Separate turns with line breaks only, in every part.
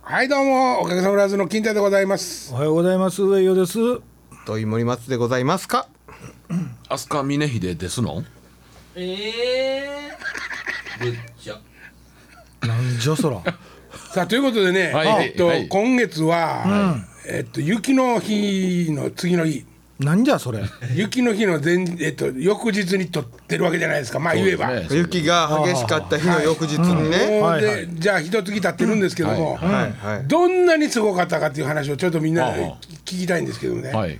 はいどうもおかげさまでの金太でございます
おはようございます上与です
土井森松でございますか
飛鳥峰秀ですの
ええー。ぶっちゃ。
なんじゃそら
さあということでね、
はい
えっと、
はい
今月は、えっと雪の日の次の日
なんじゃそれ
雪の日の前えっと翌日に撮ってるわけじゃないですかまあ言えば、
そうですね
雪が激しかった日の翌日にね、
もう
はい
で、
は
じゃあ一月経ってるんですけども、
はいはい
どんなにすごかったかっていう話をちょっとみんな
はあはあ
聞きたいんですけどね、
はい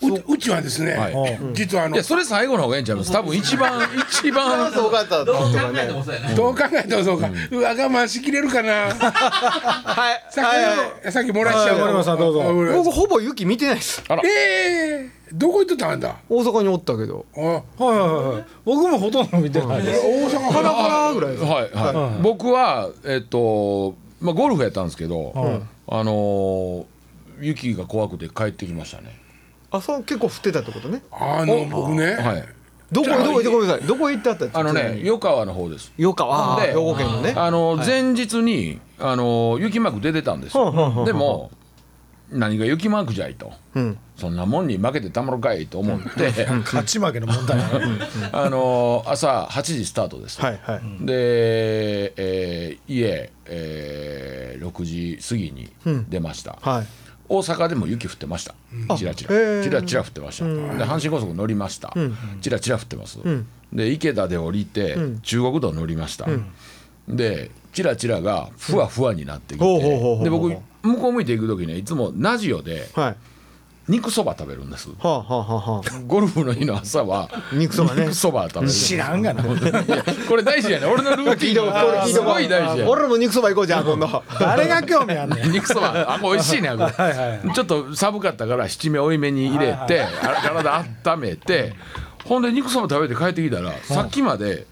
う
うちはですね、
はい
実はあの
いやそれ最後の方がいいんちゃいます多分一 番一番
そうかったと
どう考
か
えて
ね
もそうやな。
どう考えてもそうか、うわ我慢しきれるかな
はい
さっきの、
はいはい
さっき漏らしちゃう
はい森本さんどうぞ
あ俺
僕ほぼ雪見てないです
ええどこ行っとったんだ
大阪におったけど
あこ
はいはいはい僕もほとんど見てないで
れ
す
大
パラ
阪
パラぐらいです
はいはい僕はえっとまあゴルフやったんですけど
はい
あのー雪が怖くて帰ってきましたね
あそう結構降ってたってことね
あの僕ね、
はい
どこへどこへ行ってごめんなさいどこへ行ってあったって
あのね
よ
余川の方です
よかわ
で
兵庫県のね
あのー前日にあのー雪マーク出てたんです
はあはあはあは
よ
あ
でも何が雪マークじゃいと
うん
そんなもんに負けてたまるかいと思って
勝ち負けの問題なの
あのー朝8時スタートです、
はいはい
で、えー家、えー6時過ぎに出ました、
はい
大阪でも雪降ってました、ちらち
へ
ら
ー
ちらちら降ってました、で阪神高速乗りました、ちらちら降ってます、で池田で降りて、中国道乗りました、でちらちらがふわふわになってきて、
ほうほうほうほう
で僕向こう向いていく時ねいつもラジオで
はい
肉そば食べるんです
はあはあはあは
ゴルフの日の朝は
肉そばね
肉そば食べる
知らんがな
いやこれ大事やね俺のルーティン
あこれ
が
聞い
す
とこう
ごい大事やね
俺らも肉そば行こうじゃあ今度
誰が興味あ んねん
肉そばあこれ美味しいねこれ
はいはい
ちょっと寒かったから七味多いめに入れてあ体温めてほんで肉そば食べて帰ってきたらさっきまで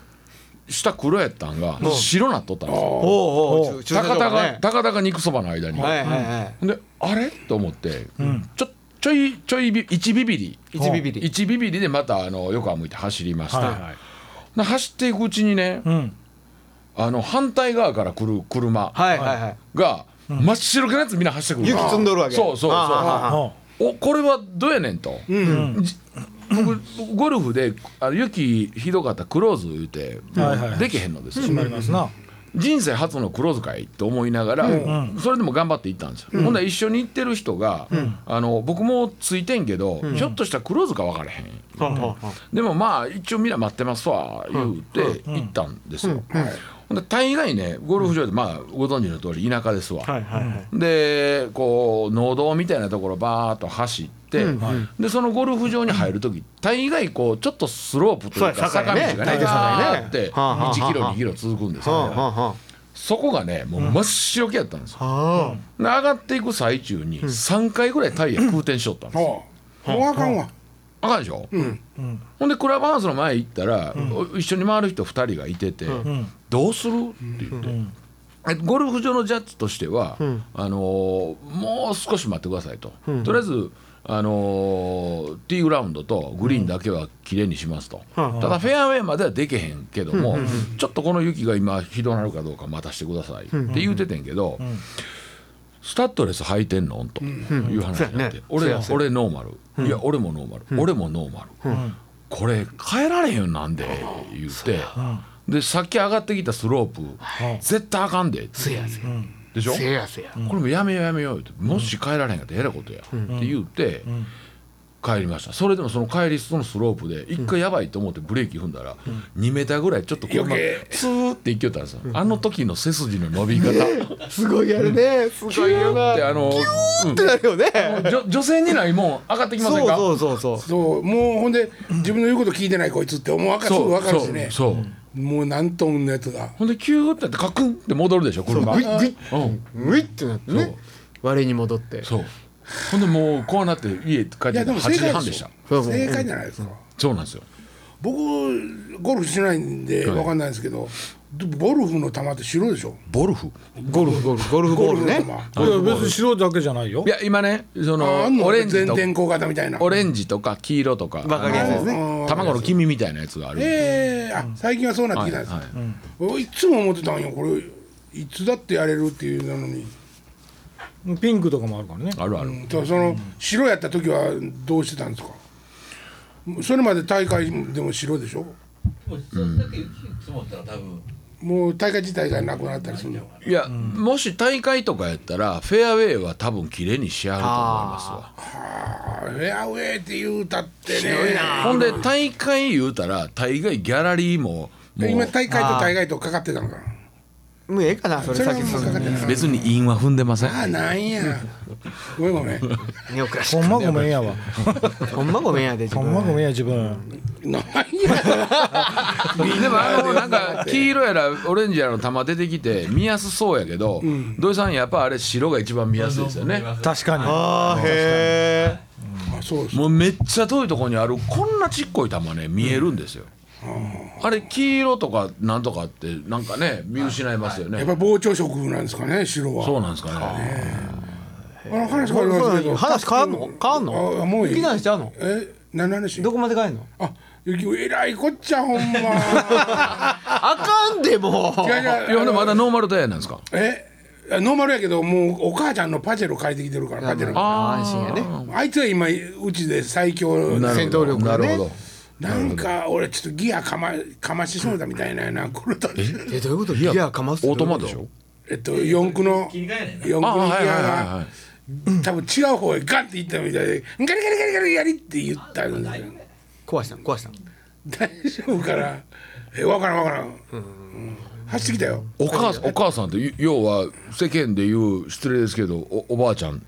下黒やったんが白なっとったんですよ
おうおう駐車
高
場
田
が
が
ね
高田が肉そばの間に
はいはいはい
であれと思ってちょちょいちょいび1ビビリ
一ビビリ
1ビビリでまたあの横浜向いて走りました、
はいはい
で走っていくうちにね、
ん
あの反対側から来る車
はいはいはい
が真っ白けのやつみんな走ってくる
雪積んどるわけ
そうそうそう
あ
あ
おこれはどうやねんと、じ僕ゴルフであの雪ひどかったらクローズ言うて、
はいはいはい
できへんのですよ、
決まりますな
人生初のクローズ会と思いながら、それでも頑張って行ったんですよ、ほんなら一緒に行ってる人が、あの僕もついてんけど、ひょっとしたらクローズか分からへん、
はあはあはあ
でもまあ一応みんな待ってますわ言うて行ったんですよ。ほんで大概ねゴルフ場でまあご存知の通り田舎ですわ。
はいはいはい
でこう農道みたいなところバーっと走って、でそのゴルフ場に入る時大概こうちょっとスロープというか
そうや
坂
坂
道
や
が
ね
ね
大体坂やね
ガーって
はあはあはあ
1キロ2キロ続くんです
はあ
よ、
はあはあ
そこがねもう真っ白けやったんですよ。
あ
で上がっていく最中に3回ぐらいタイヤ空転しとったんですよ。
ほうもうあかんわ、
あかんでしょ、ほんでクラブハウスの前行ったら、お一緒に回る人2人がいてて「どうする?」って言って、えゴルフ場のジャッジとしては、あのーもう少し待ってくださいと、とりあえず、あのーティーグラウンドとグリーンだけはきれいにしますと、ただフェアウェイまではできへんけども、ちょっとこの雪が今ひどなるかどうか待たせてくださいって言うててんけど。スタッドレス履いてんのという話になって、俺俺ノーマル、いや俺もノーマル、俺もノーマル、これ変えられへんなんで言って、でさっき上がってきたスロープ、絶対あかんでって
せやせや
でしょ、
せやせや
これもやめようやめようってもし帰られへんかったらえらいことや、って言って、帰りましたそれでもその帰りそのスロープで一回やばいと思ってブレーキ踏んだら2メーターぐらいちょっと車
余計
ツーって行きよったんですよあの時の背筋の伸び方
すごいやるねす
キ
ごい
ュ
よ
ー
な
ってあのうん
ってなるよね
女女性にないもん上がってきませんか
そうそうそうそ
そうもうほんで自分の言うこと聞いてないこいつってもうわかすぐ分かるしね
そうそう
もう何トンのやつが
ほんでキューってやってカクンって戻るでしょ
う
車
グイッグイ
うん
ッグイッってなってね我に戻って
そうほんでもうこうなって家帰っ
い
て
や
き
で
た
も
8
正
時
解
半
で
で
し
し
ょ
た
そうそう
正解じゃないですか、
そうなんですよ
僕ゴルフしないんで
はい
わかんないですけど、ゴルフの球って白でしょ
ボルフ
ゴルフゴルフゴルフボール
の
ね
球
いや別に白だけじゃないよ
いや今ねそ
あ
の
あんの
オレンジ
全
と
天候型みたいな
オレンジとか黄色とか
バカゲーですね
あの卵の黄身みたいなやつがある
ええあ最近はそうなってきたんです、
はいはい
いつも思ってたんよこれいつだってやれるっていうなのに、
ピンクとかもあるからね
あるある、
うんとその白やった時はどうしてたんですかそれまで大会でも白でしょ
もうそんだけ雪積もったら多分
もう大会自体がなくなったりするの
いや、もし大会とかやったらフェアウェイは多分綺麗に仕上がると思いますわ
あーフェアウェイって言うたってね広い
ほんで大会言うたら大概ギャラリーもも
今
う
大会と大会とかかってたのかな
もうええかなそれ
それ
さ
は
っき
も
そうの
かかってない
別に韻は踏んでません
ああなんやごめんごめん
ネオクラシ
ほん
ッ
まごめんやわ
クほんまごめんやで自
ほ
分
んまごめんや自分
なんや
でもあのなんか黄色やらオレンジやらの玉出てきて見やすそうやけど、土井さんやっぱあれ白が一番見やすいですよね
確かに
あーへ
あそうです
もうめっちゃ遠いところにあるこんなちっこい玉ね見えるんですよ、あれ黄色とかなんとかってなんかね見失いますよね、
やっぱ膨張色なんですかね白は
そうなんですかね
あの話変わり
え
ますけど
話変わんの変わんの
あもうい
避
い
難しちゃうの
え何の話
どこまで帰んの
あゆきえらいこっちゃほんま
あかんでもう
いやいや
いやほんでま
あの
だノーマルタイヤなんですか
えあノーマルやけどもうお母ちゃんのパジェロ借りてきてるからパジェロ
安心やね
あいつは今うちで最強な
戦闘力
な
が
る
ね
ほど
なんか俺ちょっとギアかまかましそうだみたいなやなこれと
えどういうことギアかますって
オ
どういうこ
ートマ
と
でしょ
えっと四駆の
切り替えないな
四駆のギ
あはいはい
ア
はいは
が
い
多分違う方へガンっていったみたいでガリガリガリガリやりって言ったんだよ
壊したの壊したの
大丈夫かなえわからんわからん、うん走ってきたよ
お母さんお母さんって要は世間で言う失礼ですけどおおばあちゃん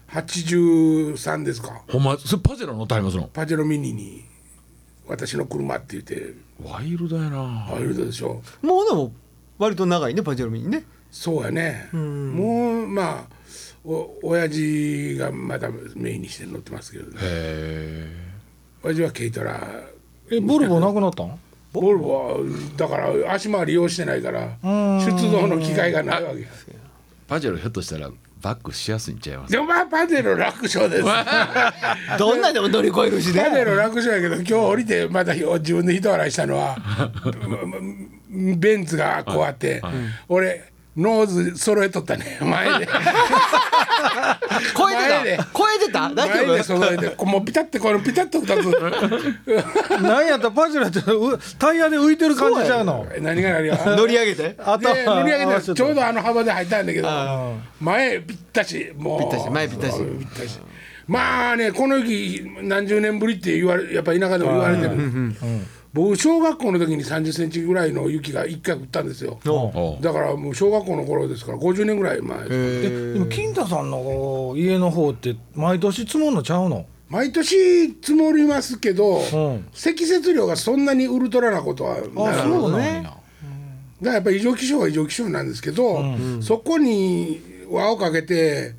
83ですか
ほんまそれパジェロ乗ってはりますの
パジェロミニに私の車って言って
ワイルドやな
ああいうことでしょ
もうでも割と長いねパジェロミにね
そうやね、もうまあお親父がまだメインにして乗ってますけどね
へ
親父は軽トラ
えボルボなくなったん
ボルボはだから足回り用してないから出動の機会がないわけです
えパジェロひょっとしたらバックしやすいんちゃいます
でもまあパデロ楽勝ですパ
どんなでも乗り越えるしね
デロ楽勝やけど今日降りてまた自分で一笑いしたのはベンツがこうあって俺ノーズ揃えとったね前で。
超え
前
て
で
た超えてた大
前で
丈
揃えてこうもうピタッてこのピタッと二 つ
なんやったらパジュラってうタイヤで浮いてる感じちゃうの
何が何が
夫乗り上げて
頭
で乗り上
合
げ
わせ
て
て
ちょうどあの幅で入ったんだけど
あ
前ぴったしもう
ぴったし前ぴったし
ぴったしまあねこの雪何十年ぶりって言われやっぱ田舎でも言われてる、僕小学校の時に3 0ンチぐらいの雪が一回降ったんですよ
おう
だからもう小学校の頃ですから50年ぐらい前です
えでも金太さんの家の方って毎年積もんのちゃうの
毎年積もりますけど、
ん
積雪量がそんなにウルトラなことはない
あそうなんや、
だからやっぱり異常気象は異常気象なんですけど、そこに輪をかけて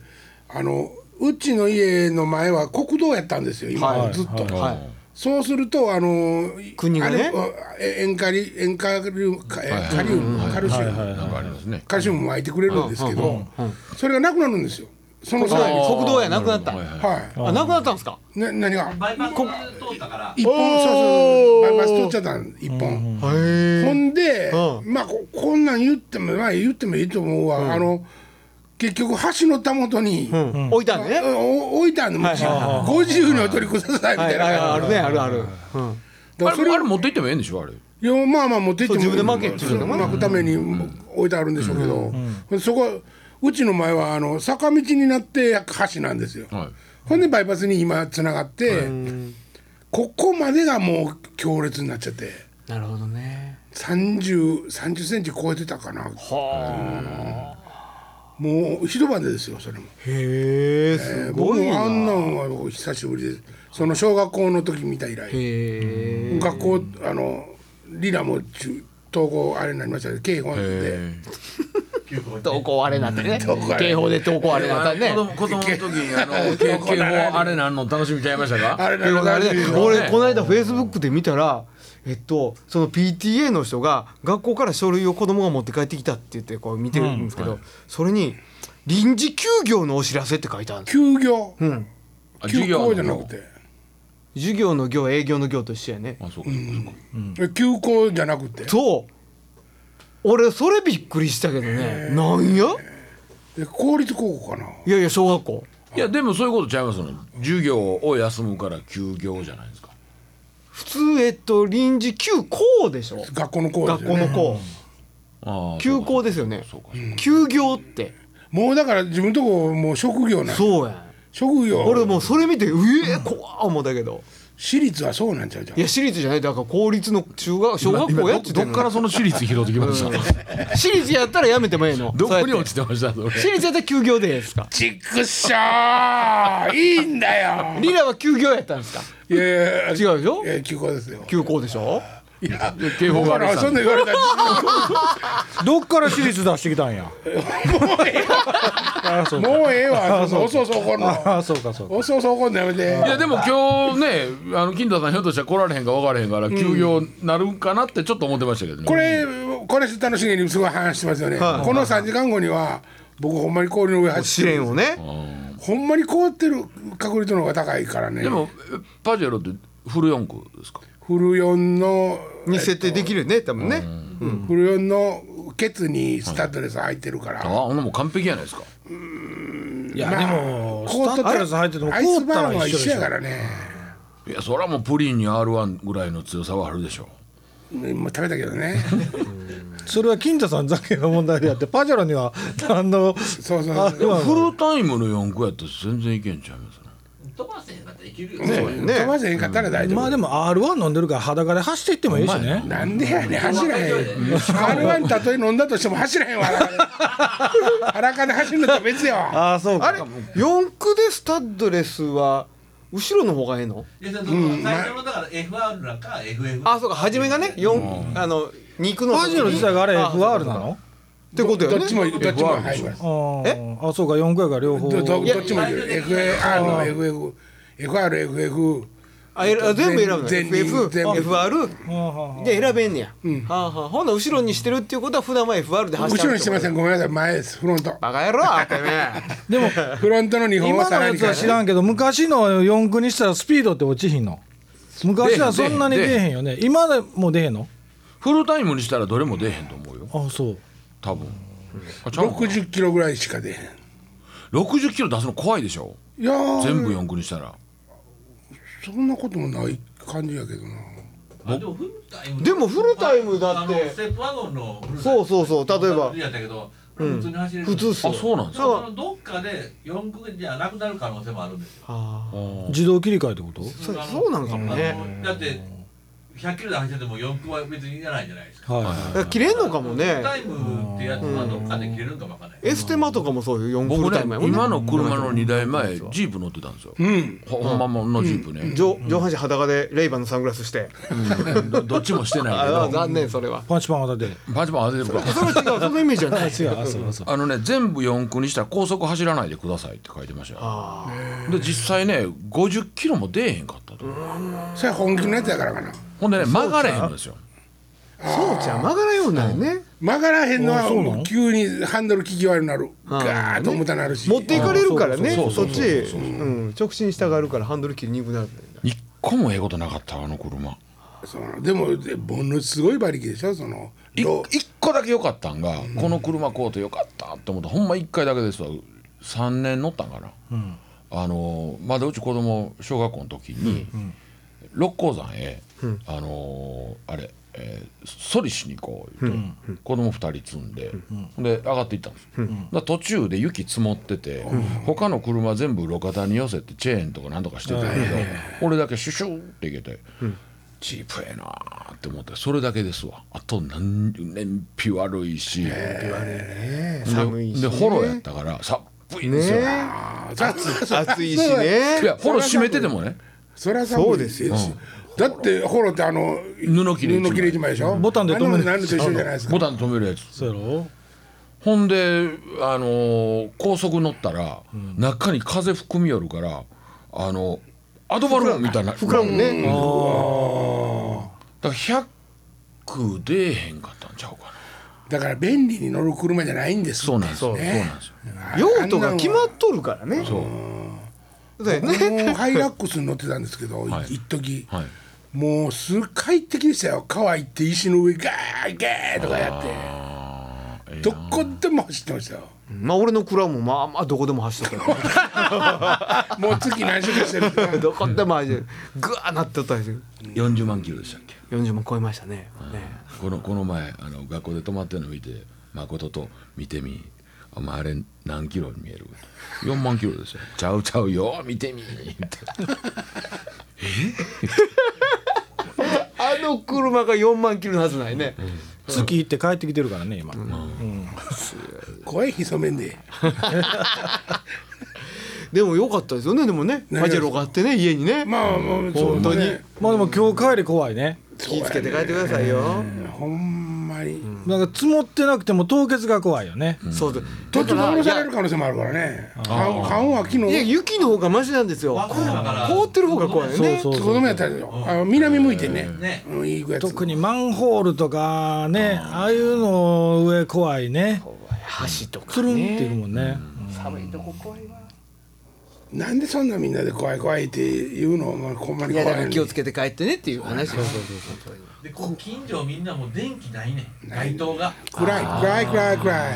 あのうちの家の前は国道やったんですよ今、
はい
ずっと、
はい
そうするとあの
国がね
あれえ塩化リ塩化リウムかえカリウムカルシウム
なんかありますね
カルシウムも巻いてくれるんですけど、それがなくなるんですよその際に
あ国道やなくなった
はいはい
は
あなくなったんですか
いな何が
バイパス通ったから
一本そうそうバイパス取っちゃったん一本、
へ
ほんで、
う
まあここんなん言ってもまあ言ってもいいと思うわ、あの結局橋のたもとに、
え置いたんね
お置いてあるの道を、50にお取りくださいみ
は
た
い
いな
はい
感
あるねあるあるうん
じ、だ
あ
からそれ
れあれ持って行ってもええんでしょあれ
いやまあまあ持って行って
そう自分で
も
巻けっていうのかな
巻くために置いてあるんでしょうけど、そこうちの前はあの坂道になって橋なんですよ、
はい
ほんでバイパスに今つながって、ここまでがもう強烈になっちゃって
なるほどね
30 30センチ超えてたかなもう一晩でですよそれも
へえすご
僕
い
もあん
な
なんは久しぶりですその小学校の時見た以来
へえ
学校あのリラも中統合あれになりましたけど警報で
投稿あれなってね警報で投稿あれなったね
子供子供の時にあの経験法あれなんの楽しみちゃいましたか
あれ
ということであれね俺
ね
この間フェイスブックで見たらえっとその PTA の人が学校から書類を子供が持って帰ってきたって言ってこう見てるんですけど、それに「臨時休業のお知らせ」って書いてあるんです
休業
あ
休
授業
校
の
じゃなくて
授業の業営業の業と一緒やね
あそうかそうかそうか
え休校じゃなくて
そう俺それびっくりしたけどねなんや
え公立高校かない
やいや小学校
いやでもそういうことちゃいますよね授業を休むから休業じゃないですか
普通えっと臨時休校でしょ
学校の校です
学
よ
校
ね
の校
ああ
休校ですよね
そうか
休業って
もうだから自分とこもう職業なんや
そうやん
職業
俺もうそれ見てうえ怖っ思ったけど
私立はそうなんちゃうじゃん
いや私立じゃないだから公立の中学小学校やっ
ど
て言
どって
んの
からその私立拾ってきました
私立やったらやめてもええの
どこに
そうや
落
って
ちてました それ
私立やったら休業でええですか
ちくしょーいいんだよ
リラは休業やったんですか
いやいや
違うでしょ
いや休校ですよ
休校でしょ
いや
警報が
あ
あ
の
る
そんな言われたら
どっから私立出してきたんやああそうか
もうええわそんな遅そうこん
あ
の
あそうかそうか
遅そうこんのやめて
いやでも今日ねあの金田さんひょっとしたら来られへんか分からへんから休業なるんかなってちょっと思ってましたけどね
これこれ楽しげにすごい話してますよね、
はい
この3時間後には僕ほんまに氷の上走
試
って
練
る
をね
ほんまに凍ってる確率の方が高いからね
でもパジェロってフル四駆ですか
フルヨンの
に設定できるよね多分ね
フルヨンのケツにスタッドレス入ってるから、
ああほんなもう完璧やないですか
いや
まあ
でもス
凍
タ
っ
ッ
とった
ドレス入ってても
アイス
凍った
バー
ら
ンは
一緒
一
で
緒
し
や
ょ
からね
いやそれはもうプリンに R1 ぐらいの強さはあるでしょ
うんもう食べたけど ね
それは金田さんだけの問題であってパジャロにはあの
そうそう
あ
そう
今
フ
の
ルタイムの四駆やったら全然いけんちゃいますね
飛ばせへんかったらいけるよ。
ね
ね
飛ばせへんかったら大丈夫、
まあでも R1 飲んでるから裸で走っていってもいいしね
なんでやねん走らへん
うん
R1 たとえ飲んだとしても走ら へんわ裸で裸で走るのと別やわ
ああそう
あれ四駆でスタッドレスは後ろの方がええの
いやその最初のだから FR らか FF。
あそうか初めがね四あの肉の
パジェロ自体があれ FR なの
ってことよね
どっちもどっちも入ります
あーあそうか4回が両方
どど
や
どっちもいる FAR の FF FRFF
あえら全部選ぶの
全全
FF
全部
FR
あーはーはー
で選べんねや、はあはあ、ほんなら後ろにしてるっていうことは普段は FR で走って
後ろにしてませ
ん
んごめんなさい前ですフロント
バカ野郎てめえ
で も
フロントの日本は
今
さ
の
ら
や
に
つは知らんけど昔の四駆にしたらスピードって落ちひんの昔はそんなに
出
出
えへん
えへんよね今でも出えへんの
フルタイムにしたらどれも出えへんと思うよ
あそう
多分あちゃうかな
60キロぐらいしか出へん
60キロ出すの怖いでしょ
いやー
全部四駆にしたら
そんなこともない感じやけどな
あでもフルタイム。
でもフルタイムだって
あのステップワゴンのフルタイ
そ
ム。
うそうそう例えば
やったけど、普通に走れる。
普通っ
だ
すよ
あそうなんです
からそのどっかで四駆じゃなくなる可能性もあるんですよ。
あ
自動切り替えってこと
そそうなんかもね
あのだって100キロで走ってても四駆は別にいらないじゃないですか。
はい、
あ切れんのかも
フ
ね
ルタイムってやつはどっかで切れるんかもわかんない。
エステマとかもそうよ4フ
僕
ル
ね
タイムやもんね
今の車の2台前ジープ乗ってたんですよ、
うん
ほほんまもんのジープね、
上上半身裸でレイバンのサングラスして
うんどど っちもしてないけ
ああ
ど
残念そ れは
パンチパンはだって
パチパチ当ててるから
それは違うそのイメージじゃない
違うあそうあそう
あのね全部四駆にしたら高速走らないでくださいって書いてましたよで実際ね50キロも出えへんかったと、
それは本気のやつやからかな
ほんでね曲がれへんのですよ
そうじゃ曲がらんようになるね
曲がらへんの
あ
は
そうなの
もう急にハンドル利き悪になるガーッと重たなるし
持っていかれるからね
そうそ
そうっちうん直進したがるからハンドル切りにくくなるんだよね
一個もええことなかったわあの車
そのでもでものすごい馬力でしょその
い
ロ
一個だけ良かったんが、この車買うて良かったって思ったほんま一回だけですわ3年乗ったんかな、あのまだうち子供小学校の時に、六甲山へ、あのあれ、えー、ソリしに行こう言うて、子供二人積んで、で上がっていったんです、だから途中で雪積もってて、他の車全部路肩に寄せてチェーンとかなんとかしてたんやけど、俺だけシュシューって行けて。チープええなーって思ってそれだけですわあと何燃費悪いし
寒いし
で
ね
ホロやったからさっぷいんですよ、
ね
あーそ
暑いしね
いやホロ閉めててもね
それは
そ
寒
う
いで
ですす
よ、だってホロってあの
布切れ一枚
布切れ一枚でしょ
ボタンで留める
あんなもん何と一緒じゃないですか
ボタン止めるやつ
そうやろ
ほんであのー高速乗ったら、中に風含みよるからあのアドバルーンみたいな
膨らむね
だから100出えへんかったんちゃうか
だ
な
から便利に乗る車じゃないんです
そうなんですよ、
そう
そうなんですよ
用途が決まっとるからね
そう
そうだよね
あのハイ ラックスに乗ってたんですけど、
はい
一時、
はい
もうすごい快適でしたよ川行って石の上ガーガーとかやって
い
ど
な
こでも走ってましたよ
まあ俺の蔵もまあまあどこでも走ってたけど
もう月何週かしてるけど
どこでも走ってグワーなってたんですよ
40万キロでしたっけ
40万超えましたねね
このこの前あの学校で泊まってるの見て誠と見てみお前あれ何キロに見える4万キロですよちゃうちゃうよ見てみって
あの車が4万キロのはずないね、
月行って帰ってきてるからね今、
声潜めんで
でも良かったですよねでもね
何が
パジェロがあってね家にね、
まあもう
本
そ
当に
うね
まあでも今日帰り怖いね
気ぃつけて帰ってくださいよ、
ほんまに
なんか積もってなくても凍結が怖いよね、
そうです
途中で降ろされる
い
可能性もあるからね買う買うんは昨
やいや
日
雪の方がマシなんですよ
わかるわかる
凍ってる方が怖いよね
そうそう
子供やったらよあの南向いてね
ね
うん行くやつ
特にマンホールとかねああいうの上怖いね
橋と
つ
か
るんっ
ね
ていくもんね、
寒いとこ怖いわ
なんでそんなみんなで怖い怖いって言うのまあほんまに
いやだ
怖
か
い
ら
の
気を
に
つけて帰ってねっていう話そうそうそうそう
でこう近所みんなもう電気ないねん街灯が
暗い暗い暗い暗い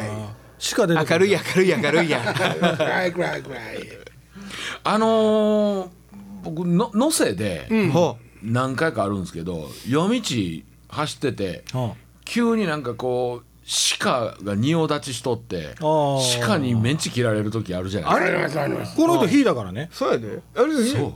しか出て
明るい明るい明るい や
暗い暗い暗い
あのー僕の能勢で
ほ
何回かあるんですけど夜道走ってて
うんあ
急になんかこう鹿が仁王立ちしとって
ー
鹿にメンチ切られる時あるじゃないですか
ありますあります
この人火だからね
うそうやであれです
そう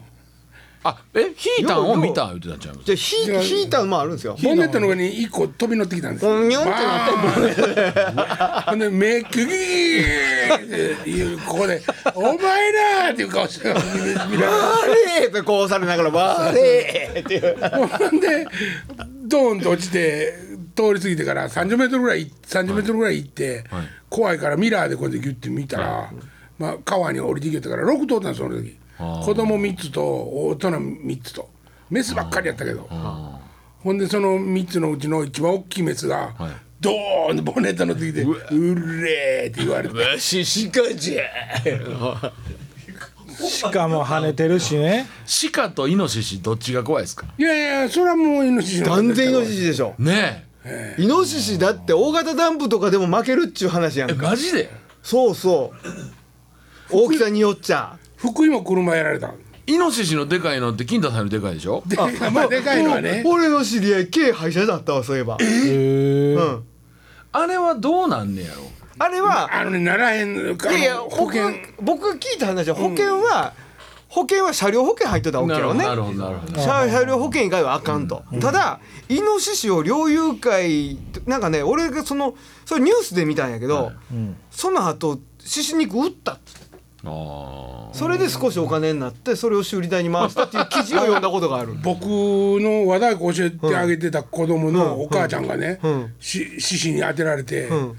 あえヒータンを見た言ってたんちゃいます
じゃあヒーヒーターもあるんですよ
ボンネットの上に一個飛び乗ってきたんですよ
う。んにょんってなって
バーンほんで目くぎーっていうここで「お前ら!」っていう顔して見ら
バーレーってこうされながらバーレーっていう
れるほんでドーンと落ちて通り過ぎてから3 0ルぐらい3 0ルぐらい行って、
はい
怖いからミラーでこうやってギュッて見たら、まあ、川に降りてきよったから6通ったんですその時
あー
子供3つと大人3つとメスばっかりやったけど。
あ
ほんでその3つのうちの一番大きいメスが、
はい
ドーンとボンネットの時で「うれー」って言わ れて
わし鹿じゃ
しかも跳ねてるしね
ー鹿とイノシシどっちが怖いですか
いやいやそれはもうイノシシの
断然イノシ
シ
シでしょ
ねえ
イノシシだって大型ダンプとかでも負けるっちゅう話や
え
んか
マジで
そうそう大きさによっちゃ
福井も車やられた
イノシシのでかいのって金田さんよりでかいでしょ
で,、まあ、でかいのはね
俺の知り合い軽廃車だったわそういえば
へえ
うん
あれはどうなんねやろ
あれは
あのねならへんか
いやいや
保
保険
険
僕が聞いた話は保険は、保険は車両保険入ってたわけ
な
や
るほ
ろ
ど
ね
なるほどなるほど
車車両保険以外はあかんと、ただイノシシを猟友会なんかね俺がそのそれニュースで見たんやけど、その後獅子肉売ったっつって
あ
それで少しお金になってそれを修理代に回したっていう記事を読んだことがある
僕の和太鼓教えてあげてた子供のお母ちゃんがね、
ん
し獅子に当てられて、も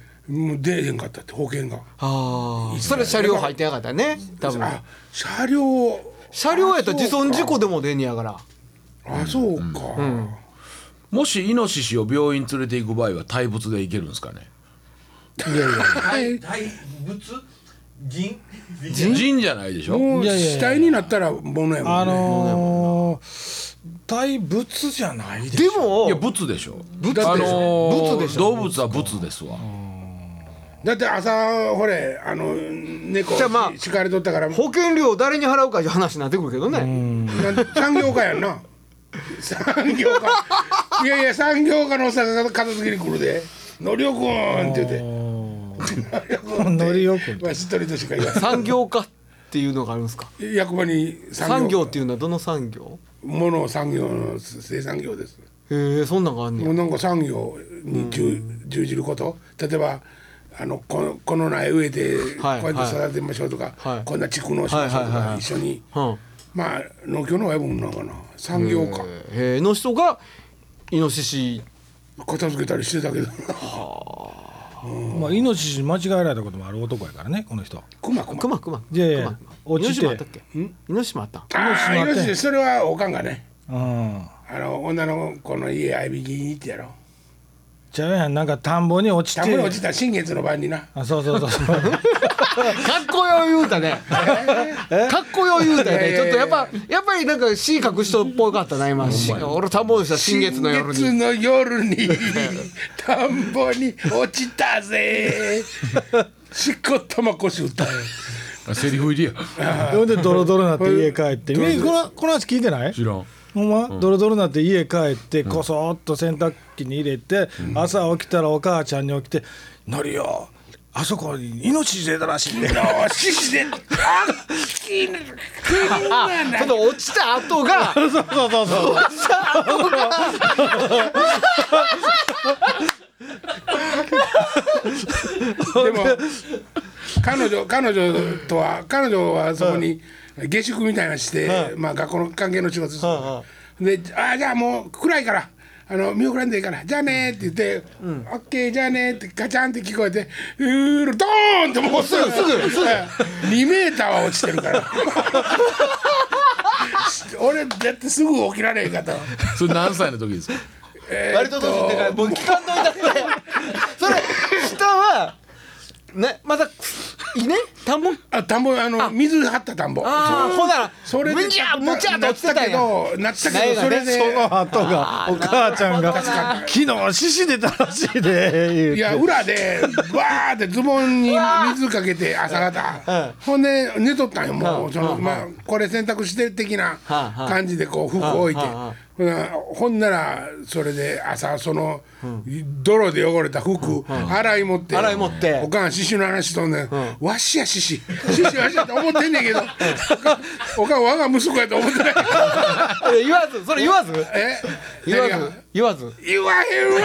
う出えへんかったって保険が
ああそれ車両入ってなかったね多分
あ車両
車両やったら自損事故でも出んねやから
あそうか、
ーもしイノシシを病院連れて行く場合は大仏で行けるんですかね
大大仏銀
神じゃないでしょ
もう
いやいやいや
死体になったらものやもんね
あのー、大仏じゃないで
でも
いや仏でしょ
仏でしょ
あのー
仏でしょ
動物は仏ですわ
だって朝ほれあの猫
じゃあまあ
しかれとったから
保険料を誰に払うかいう話になってくるけどね、
なん産業家やんな産業家いやいや産業家のおっさんが片付けに来るで「のりおくん」って言って
うんのりよくん
まあしっとりとしか言わな
産業化っていうのがあるんですか
い役場に
産業っていうのはどの産業
もの産業の生産業です
へえそんなんがあんね
も
や
うなんか産業に従従事ること例えばあのこのこの苗植えてこう
はい
やって育てましょうとか、
はい
こんな蓄農しましょうと
はいはいはい
か
はい
一緒に、
うん
まあ農協の親分なのかな産業家
へえの人がイノシシ
片付けたりしてた けど
まあイノシシに間違えられたこともある男やからねこの人
クマクマ
クマクマ
いやいや
クマ
落ちて
イノシシもあったっけイノシシもあった
ああ
イノシシもあ
イ
って
ノシシそれはおかんがね
うん
あの女の子の家合いびきに行ってやろ
ちゃうやんなんか田んぼに落ち
田
て
んぼに落ちた新月の晩にな
あそうそうそうそう
かっこよ言うたね。かっこよ言うたね。ちょっとやっぱ、やっぱりなんか C 隠しとっぽかったな、今。し俺、田んぼでした、新月の夜
新
に。
月の夜に 田んぼに落ちた ぜしっこったまこし歌え
セリフ入りや
ほんでドロドロなって家帰ってみこのこの話聞いてない
知らん
ほんま、ドロドロなって家帰ってこそっと洗濯機に入れて、朝起きたらお母ちゃんに起きて「のりよあそこにイノシシ出たらしいんだよ
よししであきぬきぬが
あ
な
その落ちた後が、落
そうそうそうそう
ちた後が。
でも彼女彼女とは彼女はそこに下宿みたいなして、まあ学校の関係の仕事です、で「ああじゃあもう暗いからあの見送らんでいいからじゃあね」って言って「オッケーじゃあね」ってガチャンって聞こえて「うーろドーン!」ってもうすぐすぐすぐ2メーターは落ちてるから 俺だってすぐ起きられへんかったわ
それ何歳の時ですか
割と年いってからもう聞かんといたってそれ下はねまだ稲田んぼ
あ田んぼあの水張った田んぼ
ああほんなら
それで
むちゃむちゃと
な
落
っ
ちて
た
た
け
んや
どなった
苗
けど
が
そ
ね
れで
その後がお母ちゃんが「昨日獅子出たらしいで」
い
言う
や裏でバーってズボンに水かけ て朝方ほんで寝とったんよもうそのまあこれ洗濯して的な感じでこう服置いてほなほんならそれで朝その泥で汚れた服洗い持って
洗い持って
おかん獅子の話しとんねんわしや獅子獅子わしやって思ってんねん けどおかん我が息子やと思 ってない
え言わずそれ言わず
え
言わ
何
ず
が
言わず
言わへんわ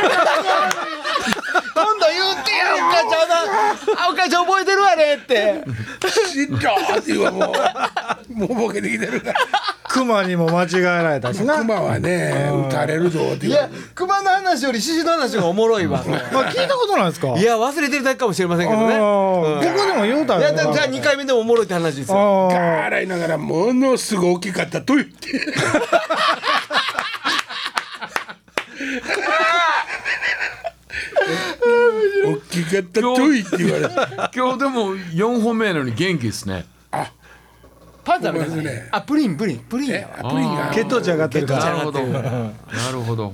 今度言うてやお母ちゃんなあお母ちゃん覚えてるわねって
しんちょーって言うわもうもうボケてきてるから
熊にも間違えられたしな
熊はね撃たれるぞって
い
言わ
や熊の話より獅子の話がおもろいわそれ
まあ聞いたことないですか
いや忘れてるだけかもしれませんけどね
あー僕でも言うた
い
ん
や
や
だじゃあ
な
2回目でもおもろいって話ですよ
あー
ガー洗いながらものすごい大きかったと言って大きかったと言って言われた
今日でも4本目なのに元気ですね
あ
パンツある
ごめんなさい
あプリンプリンプリン
え
や
アプリンが
血糖値上がってるか
な
ら
るほどなるほど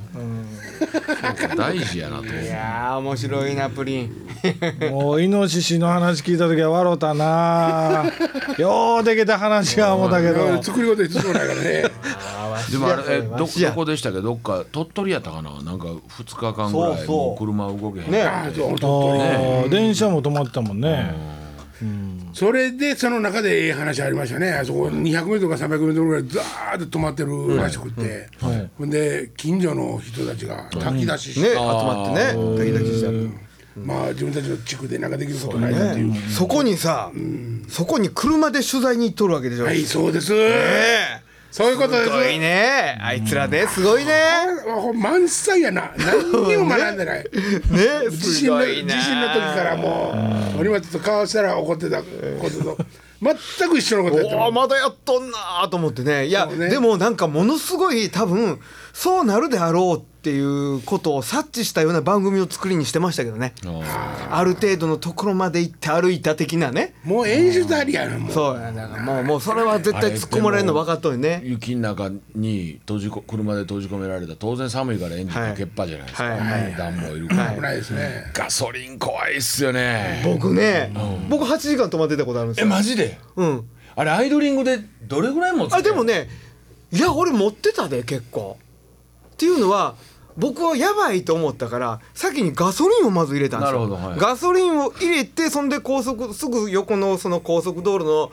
そうか大事やなと思う
いやー面白いなプリン
もうイノシシの話聞いた時は笑うたなようできた話が思ったけど
作り事いつもないからね
でもあれえど
わしや
どこでしたっけどっか鳥取やったかななんか2日間ぐ
そ
ら
う
い
そう
もう車動けへん
ね
ああそう
あー電車も止まってたもんね
それでその中でええ話ありましたねあそこ 200m か 300m ぐらいザーッと止まってるらしくって、
はい
ほんで近所の人たちが炊き出しして、
ね集まってね炊き出ししてある
まあ自分たちの地区でなんかできることないなっていう
そこにさそこに車で取材に行っとるわけでしょ
はいそうです、
ええ
そういうことです
すごいねあいつらねすごいね
ほん満載やな何にも学んでない
ね
地
す
震の
ご
地
い
震の
な
時からもう森松と交わしたら怒ってたことと全く一緒のことやった
お
も
お
ん
まだやっとんなーと思ってねいや
そうね
でもなんかものすごい多分そうなるであろうっていうことを察知したような番組を作りにしてましたけどね
あ
ある程度のところまで行って歩いた的なね
もう演出ありやなもう
そうやだからもうもうそれは絶対突っ込まれるの分かっとる
ー
ね
雪の中に閉じこ車で閉じ込められた当然寒いからエンジンかけっぱじゃないですか、
はいはい
暖房いるから、
危ないですね
ガソリン怖いっすよね
僕ね僕8時間泊まってたことあるんです
え
よ
マジで
うん
あれアイドリングでどれぐらい持つ
あでもねいや俺持ってたで結構っていうのは僕はやばいと思ったから先にガソリンをまず入れたんですよ
なるほどはい
ガソリンを入れてそんで高速すぐ横のその高速道路の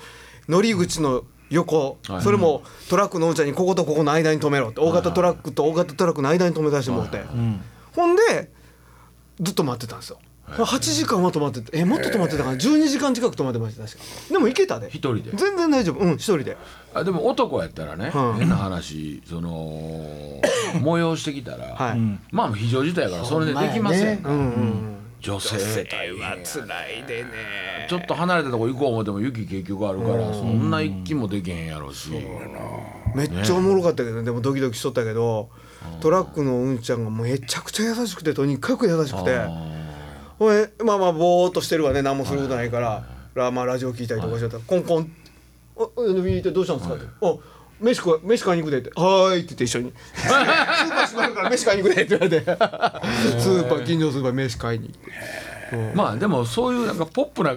乗り口の横、
はい
それもトラックの運ちゃんにこことここの間に止めろって大型トラックと大型トラックの間に止めさせてもらって、ほんでずっと待ってたんですよ、8時間は止まっててえもっと止まってたかな12時間近く止まってました確かでも行けたで
一人で
全然大丈夫うん一人で
あでも男やったらね、
うん
変な話 その催してきたら、
はい、
まあ非常事態やからそれでできません、
うんうん
女性隊は
辛いでね
ちょっと離れたとこ行こう思っても雪結局あるからそんな一気もできへんやろし
めっちゃおもろかったけどねでもドキドキしとったけどトラックのうんちゃんがめちゃくちゃ優しくてとにかく優しくて
あー
ほいまあまあぼーっとしてるわね何もすることないかららまあラジオ聞いたりとかしてたら、コンコン「あ NB ってどうしたんですか?」って「あ飯食わ飯買いに行くで」って「はーい」って言って一 緒に「スーパー閉まるから飯買いに行くで」って言われてスーパー近所のスーパー飯買いに
まあでもそういうなんかポップな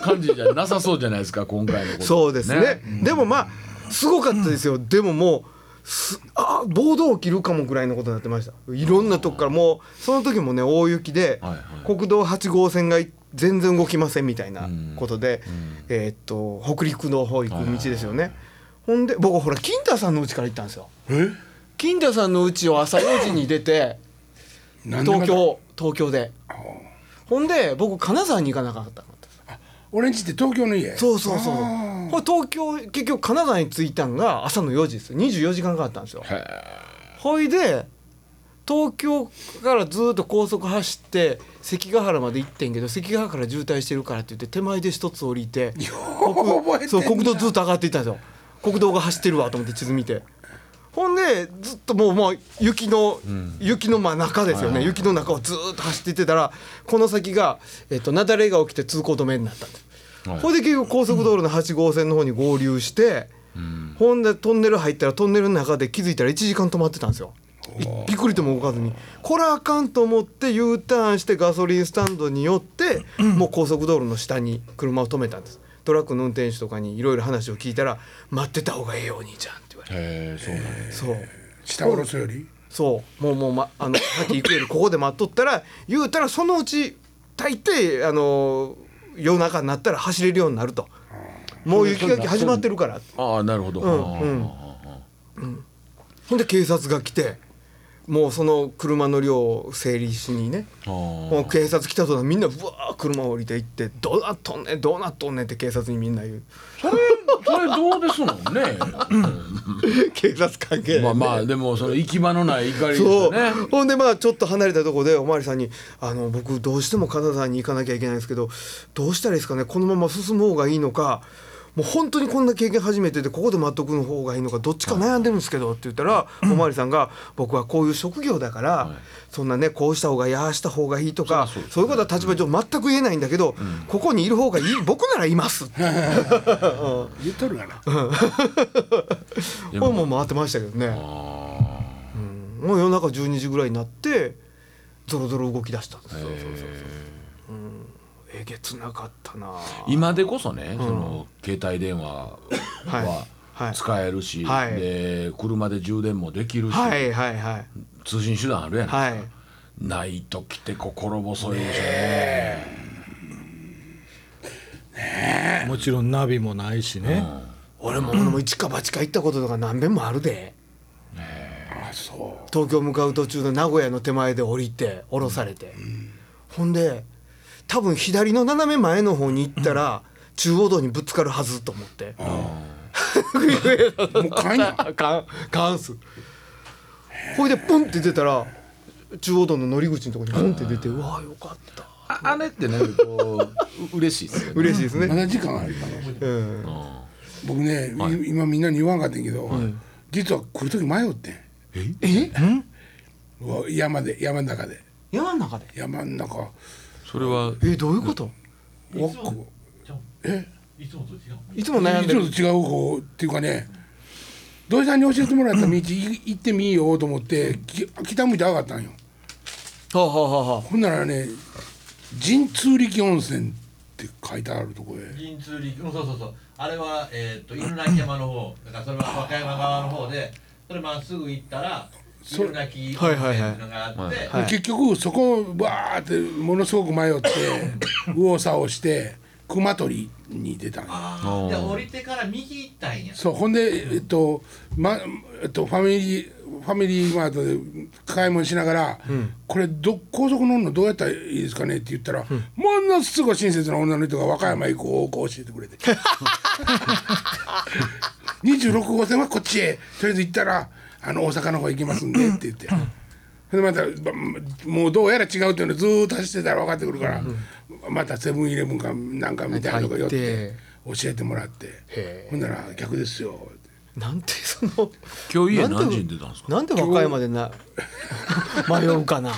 感じじゃなさそうじゃないですか今回のこと
そうですねでもまあすごかったですよ、でももうすあ暴動起きるかもぐらいのことになってましたいろんなとこからもうその時もね大雪で、
はいはい
国道8号線がい全然動きませんみたいなことで、えーっと北陸の方行く道ですよね、ほんで僕ほら金太さんの家から行ったんですよ金太さんの家を朝4時に出て
なんでまた
東京東京でほんで僕金沢に行かなかった
俺んちって東京の家
そうそうそう
あ
これ東京結局金沢に着いたんが朝の4時ですよ24時間かかったんですよ
へ
ほいで東京からずっと高速走って関ヶ原まで行ってんけど関ヶ原から渋滞してるからって言って手前で一つ降りて
う覚えてんな
そう国道ずっと上がっていったんですよ国道が走ってるわと思って地図見てほんでずっともうもう雪の、雪の真中ですよね、雪の中をずっと走っていってたらこの先が、えっと雪崩が起きて通行止めになったんです、
はい
ほいで結局高速道路の8号線の方に合流して、ほんでトンネル入ったらトンネルの中で気づいたら1時間止まってたんですよびっくりとも動かずにこれあかんと思って U ターンしてガソリンスタンドに寄って、もう高速道路の下に車を止めたんですトラックの運転手とかにいろいろ話を聞いたら「待ってた方がええよお兄ちゃん」って言われて
えそうなんです
そう
下下ろすより
そうもうもう、ま、あの 先行くよりここで待っとったら言うたらそのうち大抵あの夜中になったら走れるようになるともう雪かき始まってるから
ああなるほど、
んうんほんで警察が来てもうその車の量を整理しにね
あー
もう警察来たとみんなぶわー車降りていって「どうなっとんねんどうなっとんねん」って警察にみんな 言う
それそれどうですも んね
警察関係
まあまあでもその行き場のない怒りです
そ
よ
う、
ね
ほんでまあちょっと離れたとこでおまわりさんに「あの僕どうしても金沢に行かなきゃいけないんですけどどうしたらいいですかねこのまま進む方がいいのかもう本当にこんな経験初めてでここで待っとくの方がいいのかどっちか悩んでるんですけど」って言ったらおまわりさんが「僕はこういう職業だから、そんなねこうした方がいいああした方がいいとかそう,、いうことは立場上全く言えないんだけど、ここにいる方がいい僕ならいます」って
言っとるがな
本も回ってましたけどね、うん、もう夜中12時ぐらいになってゾロゾロ動き出したんですよえげつなかったな
今でこそね、その携帯電話は
はい
使えるし、
はい
で車で充電もできるし、
はいはいはい
通信手段あるやん、
はい
ない時って心細いでしょうね
もちろんナビもないしね、
俺も俺も一か八か行ったこととか何遍もあるで
あそう
東京向かう途中の名古屋の手前で降りて降ろされて、ほんで多分左の斜め前の方に行ったら、中央道にぶつかるはずと思って、
もう買いな
あかんかんすほいでプンって出たら中央道の乗り口のところにポンって出てうわよかった
ああれってなんかこうう嬉しいですよね
嬉しいです
ま
ね、
だ時間あるかな
うん、
僕ね、い今みんなに言わんかったんやけど、実は来る時迷ってん
え
うわ山で山の中で
山の中で
山の中
それは
えどういうこと
わっこえ
いつもと違う。
いつも悩ん
い
で
つ
る
もと違う方っていうかね土井さんに教えてもらった 道い行ってみようと思ってき北向いて上がったんよ
はあ、はあはあは
ほんならね神通力温泉って書いてあるとこへ
銀通力、うんそうそうそう。あれは、えーっと、犬鳴山の方、だからそれは和歌山側の方で、それまっすぐ行ったら、
そう
犬鳴温泉って
はいはいはい
いうのがあって、
で結局そこをバーってものすごく迷って右往左往して熊取に出たんよ
あーで、降りてから右行ったんや。
そうほんでえっと,、まえっとファミリーファミリーマートで買い物しながら「これど高速乗るのどうやったらいいですかね?」って言ったら、ものすごい親切な女の人が和歌山行く方向を教えてくれ て26号線はこっちへとりあえず行ったらあの大阪の方行きますんでって言って。でまたばもうどうやら違うっていうのずーっと走ってたら分かってくるから、またセブンイレブンかなんかみたいなのが寄って
入って
教えてもらって
へえ
ほんなら「逆ですよ」って
なんてその
今日
な
家
んで
何時に出たんですか
なんで和歌山でな迷うかな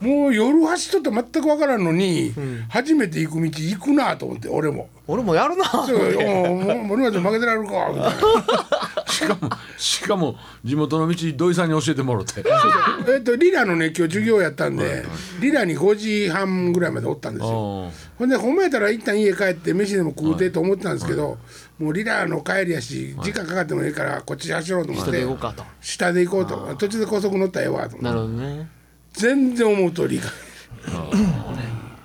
もう夜走っとって全く分からんのに、初めて行く道行くなと思って俺も
俺もやるな
「そうおうもう森松負けてられるか」みたいな
しかもしかも地元の道土井さんに教えてもらって
えっとリラのね今日授業やったんで、リラに5時半ぐらいまでおったんですよ
あ
ほんでほんまやったら一旦家帰って飯でも食うてと思ってたんですけど、もうリラの帰りやし時間かかってもいいからこっち走ろうと思って
で行こうかと
下で行こうと途中で高速乗ったらええわと思って
なるほどね
全然思う通りいかん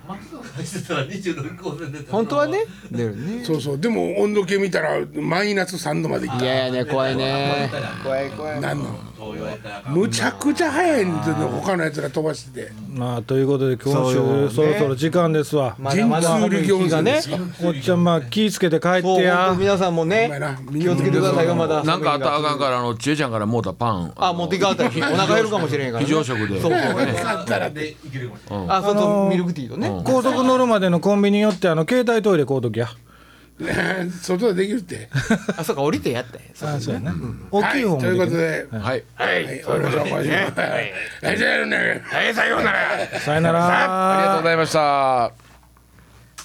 松 岡がしてたら26号線出て
本当 はね出るね
そうそうでも温度計見たらマイナス3度までいっ
い
た
やいやね怖いね怖い怖い
なんの
東洋やったらあかん
むちゃくちゃ早いんですよ他のやつら飛ばして て
まあということで今週
そうよね
そろそろ時間ですわ、
まだまだ
神通力温泉で
ね
すよ
おっちゃんまあ気ぃつけて帰っ
そう
て
本当
や
皆さんも
お前
ね
な
気をつけてくださいよまだ
あなんかあったらあかんからあのちえちゃんからもうたパン
あ持っていかれたらお腹減るかもしれんからね
非常食で
そうそう
ね
ね
買ったら
でいけるかもしれない
あそう
あの
そ
ー
うミルクティーとね
高速乗るまでのコンビニ寄ってあの携帯トイレ買うときや
外でできるって
あそうか降りてやってそう
あそうやね、大きい方
は
も
い、
で
という
きる
ことで、は
はい
い、はい、お願いします。はい、じゃあね、はい、さようなら。
さよなら
ありがとうございました